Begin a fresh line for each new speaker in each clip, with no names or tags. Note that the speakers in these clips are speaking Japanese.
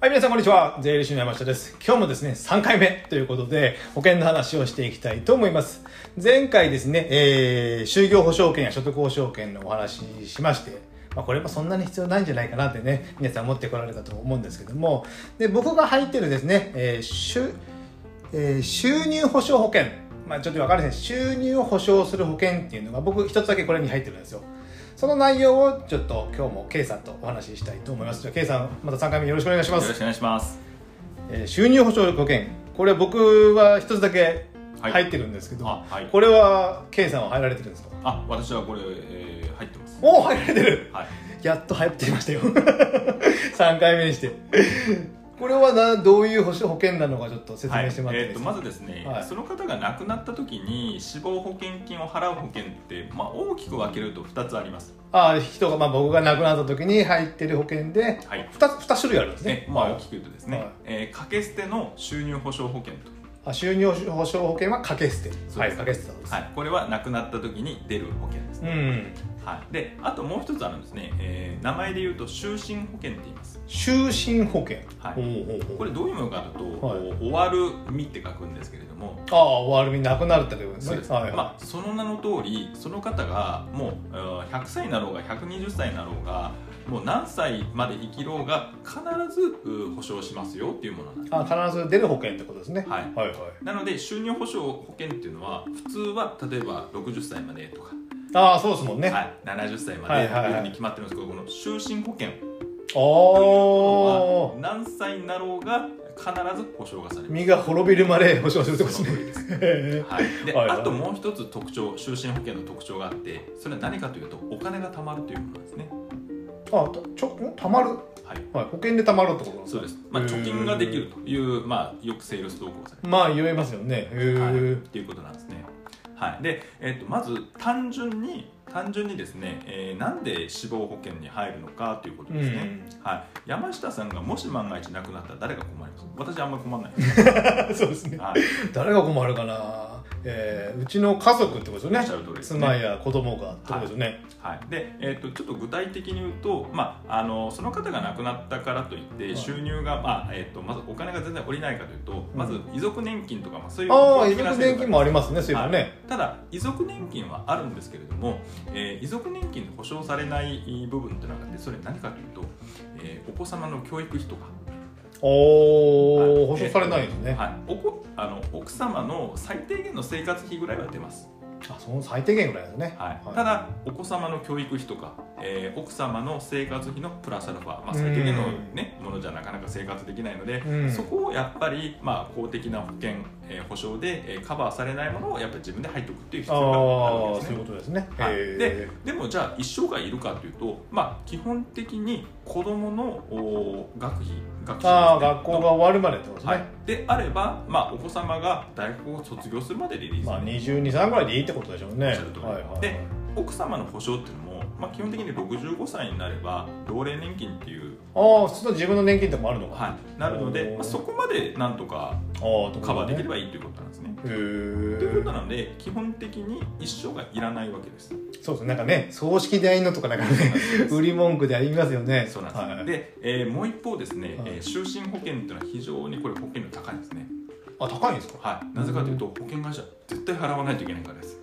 はい、皆さん、こんにちは。税理士の山下です。今日もですね、3回目ということで、保険の話をしていきたいと思います。前回ですね、えー、就業保証券や所得保証券のお話ししまして、まあ、これもそんなに必要ないんじゃないかなってね、皆さん思ってこられるかと思うんですけども、で、僕が入ってるですね、えー、就えー収入保障保険、まあ、ちょっと分かりません収入を保障する保険っていうのが僕一つだけこれに入ってるんですよその内容をちょっと今日も K さんとお話ししたいと思いますじゃあ K さんまた3回目よろしくお願いしま
よろしく
す、
お願いします。
えー収入保障保険これ僕は一つだけ入ってるんですけど、
はいあはい
これは K さんは入られてるんですか
あ、私はこれ、えー入ってます。
おお入られてる
はい。
やっと入ってきましたよ 3回目にしてこれはなどういう保障保険なのかちょっと説
はい、え
明してもらっていい
ー
で
と
すか、
まずですね、
はい
その方が亡くなった時に死亡保険金を払う保険って、まあ、大きく分けると2つあります。
ああ人が、まあ、僕が亡くなった時に入ってる保険で
はい。
2, 2種類あるんですね
ね、まあ、
はい
大きく言うとですね、
はい
えー掛け捨ての収入保障保険と、
あ収入保障保険は掛け捨て
す
はい掛け捨てなんです、
はい、これは亡くなった時に出る保険ですね、
うん
はい、であともう一つあるんですね、えー名前で言うと終身保険って言います
就寝保険
はい
ほうほうほう
これどういうものかというと、
はい
終わる身って書くんですけれども
ああ終わるみなくなるってことです
そう
ね
です、
はいはい
まあ、その名の通りその方がもうえー100歳になろうが120歳になろうがもう何歳まで生きろうが必ずう保証しますよっていうものなんです
あ必ず出る保険ってことですね、
はい
はいはい
なので収入保障保険っていうのは普通は例えば60歳までとか、
ああそうですもんね、
はい、70歳ま
は
で
い
と
はいはい
いうふうに決まってるんですけど、この終身保険
あ
は何歳になろうが必ず保証がされ
あ
ます。
身が滅びるまで保証するってこと
そ
で
の
す
通
ね
りで
へ
すはい、で
はいはい
あともう一つ特徴終身保険の特徴があってそれは何かというとお金が貯まるというものなんですね、
えあとちょんたまる、
はい、
はい、保険でたまるってことなん
そう
で
ですす
ね、
まあ、
へえ
貯金ができるという、まあ、よくセールス投稿され
まあ言えますよねへえ、
る、はい、ということなんですね、はいでえっとまず単純に単純にですね、えーなんで死亡保険に入るのかということですね、はい、山下さんがもし万が一亡くなったら誰が困ります私あんまり困らないです、
うん そうですね
はい、
誰が困るかな、えーうちの家族ってこと
お
で
っ
す
しゃ
よ
る通り
ね
ですね
妻や子供がってことですよね、
はいでえっとちょっと具体的に言うと、まあ、あのその方が亡くなったからといっ
は
て
い
収入が、まあえっとまずお金が全然下りないかというと、まず遺族年金とか、まあ、そういう
ああ
公
遺
的な
族
制度
年
が
金もありますねそういえばね、
ただ遺族年金はあるんですけれども、えー遺族年金で保障されないえー部分ってながあってそれ何かというと、えーお子様の教育費とか
おお
は
保証されないですね、
えーはい、おこあの奥様の最低限の生活費ぐらいは出ます、
あその最低限ぐらいですね、
はい
はい
ただお子様の教育費とか、えー奥様の生活費のプラスアルファ、まあ、最低限の、ね、ものじゃなかなか生活できないので、
うん
そこをやっぱり、まあ、公的な保険、えー保障で、えーカバーされないものをやっぱり自分で入っておくっていう必
ああ
要があるわけで
そ
すね
ういうことですね、
はい
へー
ででもじゃあ一生涯いるかというと、まあ、基本的に子どものおー学費学費
ああ学校が
が
終わるまでってことですね、
はい、であれば、まあ、お子様が大学を卒業するまでリリース、
まあ22歳ぐらいでいいってことでしょうね
お
は
っし
い
ゃる通り
はいはい
で奥様の保証っていうのも、まあ、基本的に65歳になれば老齢年金っていう、
ああ普通の自分の年金とかもあるのか、
はい、なるので、
おー
まあ、そこまでなんと
あ
か
あと
カバーできれ
ば
ばいいということなんですね。
へ
というこ
え
となので基本的に一生がいらないわけです。
そうですねなんかね葬式でいいのとかなんかね売り文句でありますよね
そうなんです、
はい、
で、えーもう一方ですね、
はい
えー終身保険っていうのは非常にこれ保険料高いんですね
あ高いんですか
はいなぜかというと保険会社絶対払わないといけないからです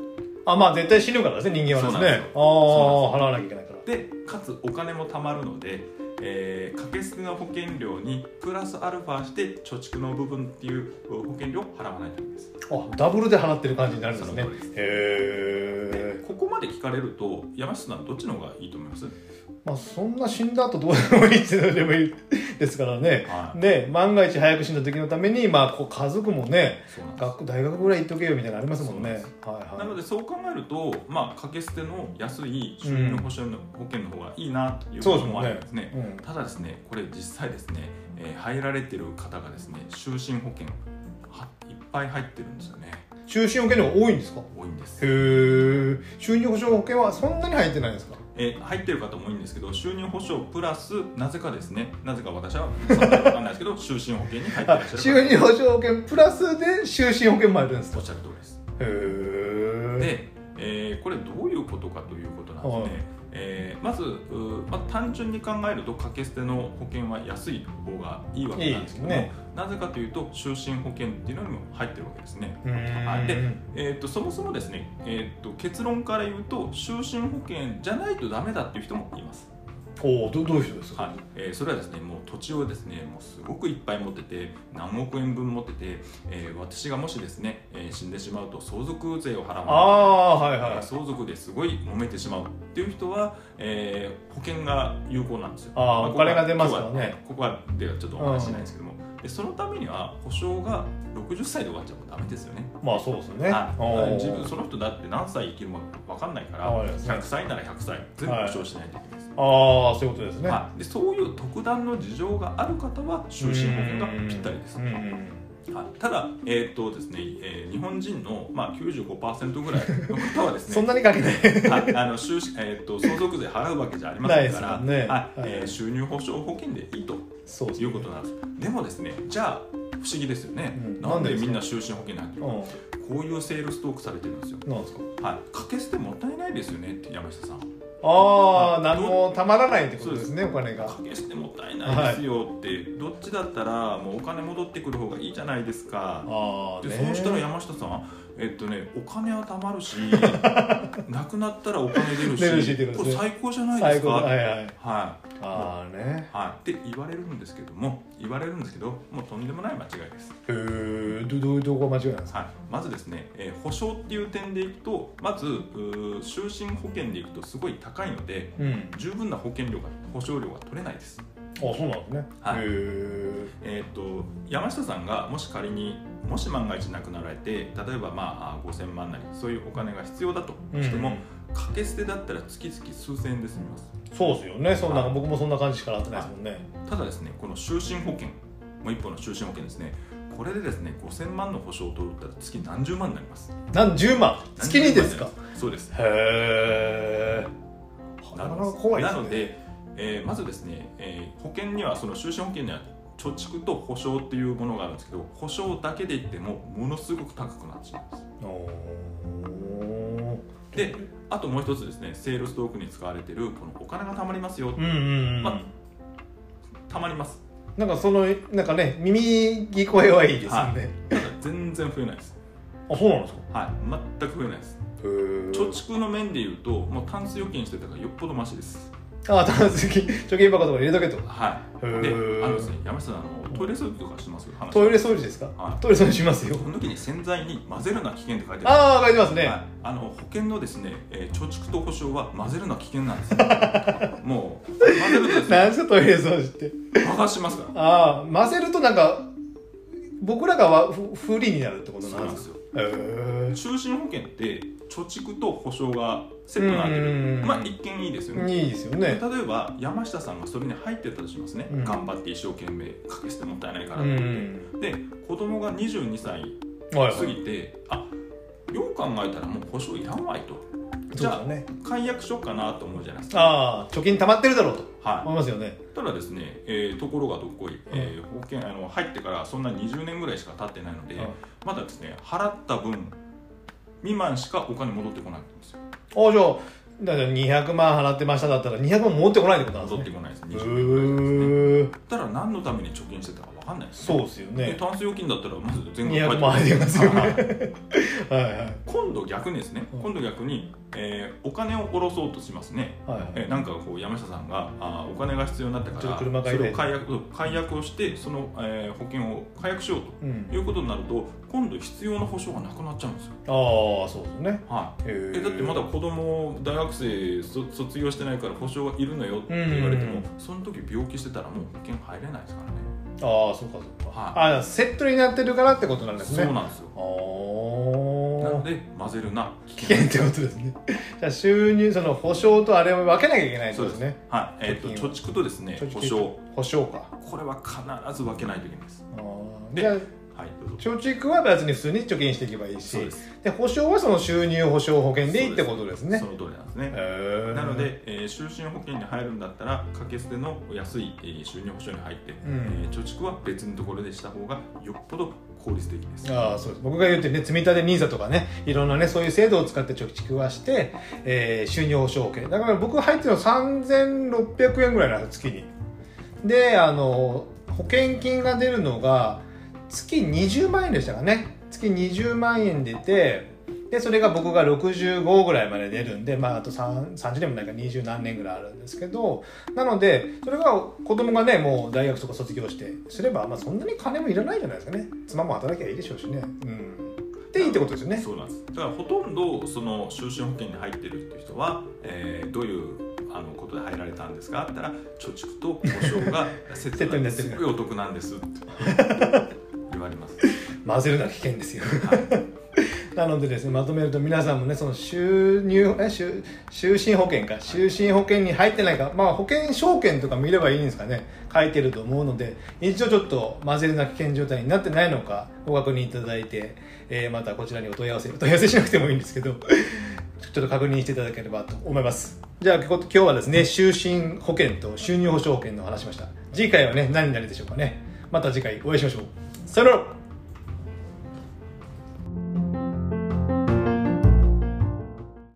あまあ絶対死ぬからですね人間はですね
そうなんで
ああ
すよそ
払わなきゃいけないから
でかつお金も貯まるので、えー、掛け捨ての保険料にプラスアルファして貯蓄の部分っていう保険料を払わないといけないです
あダブルで払ってる感じになるんですね
その通り
へえ、
ここまで聞かれると山下さんどっちの方がいいと思います、
まあ、そんな死んだ後どうでもいいっていうのでもいいですからね
はい
で万が一早く死んだ時のために、まあ、こう家族もね
そうなんです
学大学ぐらい行っとけよみたいなのありますもんねはい
なの
は
でそう考えると、まあ、掛け捨ての安い収入保障の保険の方がいいなということもあるんですね
い、うん、
ただですね、これ実際ですね、えー入られてる方がですね、終身保険はいっぱい入ってるんですよね。
中心保険の方が多いんですか
多いんで
へ
す。
え収入保障保険はそんなに入ってないんですか
えー入ってる方も多いんですけど、収入保障プラスなぜかですね、なぜか私はそんなわかんないですけど、 終身保険に入ってらっしゃる方。
収入保障保険プラスで就寝保険もあるんです
お
か
っしゃる通りです。
へえ
で、えーこれどういうことかということなんですね、
はい
えーまずうまあ単純に考えると掛け捨ての保険は安い方がいいわけなんですけども
いいですね
なぜかというと就寝保険っていうのにも入ってるわけですね、
うーん
でえー、とそもそもですね、えー、と結論から言うと就寝保険じゃないとダメだっていう人もいます
おおどどういう人ですか、
はいえーそれはですねもう土地をですねもうすごくいっぱい持ってて何億円分持ってて、えー私がもしですね、えー死んでしまうと相続税を払う
ああはいはい
えー相続ですごい揉めてしまうっていう人は、えー保険が有効なんですよ。
あー
こ
お
こは
金が出ますからね
ここはではちょっとお話ししないですけども、でそのためには保証が60歳で終わっちゃうとダメですよね。
まあそうですね
はい、自分そ
の
の人だって何歳生きるか分かんないから
わかりますね
100歳なら100歳全部保証しないといけないです。
ああそういうことですね、
はい、でそういう特段の事情がある方は終身保険がぴったりです、
う
は
んう
い
ん
ただ、えーとですねえー日本人の、まあ、95%ぐらいの方はです
そん
ね
なにかけない
はいあの終身えー、と相続税払うわけじゃありま
ない
せ
で
ん
す
か
から
ら、
ね
はい
はい
えー収入保障保険でいいと
そうです
い
ね
うことなんですでもですねじゃあ不思議ですよね、
うん
なん
なんで
で
ですか
みんな終身保険に入ってるの
う
こういうセールストークされてるんですよ、
んなんですか
はい、掛け捨てもったいないですよねって山下さん
ああ
あ
何もたまらないってことで
そう
す
で
ねお金が
掛け捨てもったいないですよって、どっちだったらもうお金戻ってくる方がいいじゃないですか
ああ
でそうしたら山下さんえっとねお金は貯ま るしなくなったらお金出るし
出るし出るし
これ最高じゃないで
最
すか
後は
は
い
い
はい
は
ああね
い、って言われるんですけども言われるんですけどもうとんでもない間違いです、
へえどどういうとこが間違いなんですか
はい、まずですね、えー保証っていう点でいくとまずうー終身保険でいくとすごい高いので
うん
十分な保険料が保証料が取れないです
あそうなんですね
はい
へえ
えー、と山下さんがもし仮にもし万が一亡くなられて例えばまああ5000万なりそういうお金が必要だとしても、掛け捨てだったら月々数千円で済みます
そうですよねそんな
はい
僕もそんな感じしかなってないですもんね
ただですねこの終身保険もう一方の終身保険ですねこれでですね5000万の保証を取ったら月何十万になります
何十万
何
月
十万
に
に
で
なります
か
そうです
へえなかなか怖いです
なの
ね
で、えーまずですね、えー保険にはその終身保険には貯蓄と保証っていうものがあるんですけど保証だけで言ってもものすごく高くなってしまいます
おー
であともう一つですねセールストークに使われてるこのお金が貯まりますよ、
うんうんうん、
まあ貯まります
なんかそのなんかね耳聞こえはいいですよ
は
ね、
ただ全然増えないです
あそうなんですか
はい全く増えないです貯
貯
蓄の面で言うともうタンス預金してたからよっぽどマシです
あただ次貯金箱とか入れとけと
はい
へ
で
ー
あのですね山下さんあのトイレ掃除とかしてますよ話
トイレ掃除ですか
はい
トイレ掃除しますよ
その時に洗剤に混ぜるな危険って書いてある
ああ書いてますね、
はいあの保険のですね、えー貯蓄と保証は混ぜるな危 険なんですもう混ぜるとです
なん
ね
ですかトイレ掃除って
爆発しますから
ああ混ぜるとなんか僕らがわふ不利になるってこと
そう
な
な
ん
んで
です
すよ
へえ
終身保険って貯蓄と保証がセットになって
うん
るまあ一見いいですよね
いいですよ
例え
ね
ば山下さんがそれに入ってたとしますね、
うん
頑張って一生懸命かけ捨てもったいないから
う
って、
ん
で子供が22歳
はい
過ぎてあよう考えたらもう保証いらんわいと
そ
じ
う
ゃ
だ
あ
ね
解約しようかなと思うじゃないですか
ああ貯金溜まってるだろうと
は
思いますよね
い、ただですね、えーところがどっこい、えー保険あの入ってからそんな20年ぐらいしか経ってないので、
うん
まだですね払った分未満しかお金戻ってこないんですよ
ああじゃあだから200万払ってましただったら200万戻ってこないってことなん
戻っ
で
てこないですね
すね
20年ぐらいで
へ
すね
え
ただ何のために貯金してたか分かんないです
そうですよ
ねで
ね
タンス預金だったらまず全額
200万入りますよね
はいはい
はいはい
今度逆にですね
うん
今度逆に、えーお金を下ろそうとしますね
はいはい
えーなんかこう山下さんがあーお金が必要になった
ちょっと
か
車
ら
買いたい
それを解約解約をしてその、えー保険を解約しよう
うん
ということになると今度必要な保証がなくなっちゃうんですよ、
ああそうですね
はい、
へ
えだってまだ子供大学生そ卒業してないから保証はいるのよって言われて
うんう
も
ん
その時病気してたらもう保険入れないですからね
ああそうかそうか、
はい
ああセットになってるからってことなんですね
そう
あ
なんですよなの
あ
で混ぜるな危
危険ってことですね じゃあ収入その保証とあれを分けなきゃいけないって
そ
こ
う
とですす
で
ね
ねはい、えっと
貯金を
貯蓄とですね
貯蓄
保証
保証か
これは必ず分けないといけないです
ああ
で
じゃあ
はいどうぞ
貯蓄は別に普通に貯金していけばいいし
そうで
です保証はその収入保証保険でいいってことですね
その通りなんですね、
へー
なので、えー就寝保険に入るんだったら掛け捨ての安い、えー収入保証に入って、
ん
えー貯蓄は別のところでした方がよっぽど効率的です
ああそうです僕が言ってね積み立て NISA とかねいろんなねそういう制度を使って貯蓄はして、えー収入保証保険だから僕入ってるの3600円ぐらいなの月にであの保険金が出るのが月20万円でしたかね月20万円出てでそれが僕が65ぐらいまで出るんで、まあ、あと3 30年もないから20何年ぐらいあるんですけどなのでそれが子供がねもう大学とか卒業してすれば、まあ、そんなに金もいらないじゃないですかね妻も働きゃいいでしょうしねうんでいいってことですよね
そうなんですだからほとんどその就寝保険に入ってるっていう人は、えーどういうあのことで入られたんですかって言ったら貯蓄と保 証がセットなんです
セットになってる
すごいお得なんで すって言われます、
混ぜるのは危険ですよ
はい、
なのでですねまとめると皆さんもねその収入え就就寝保険か就寝保険に入ってないかまあ保険証券とか見ればいいんですかね書いてると思うので一応ちょっと混ぜるな危険状態になってないのかご確認いただいて、えーまたこちらにお問い合わせお問い合わせしなくてもいいんですけどちょっと確認していただければと思います。じゃあ今日今日はですね、就寝保険と収入保障保険の話しました。次回はね、何になるでしょうかね。また次回お会いしましょう。さよなら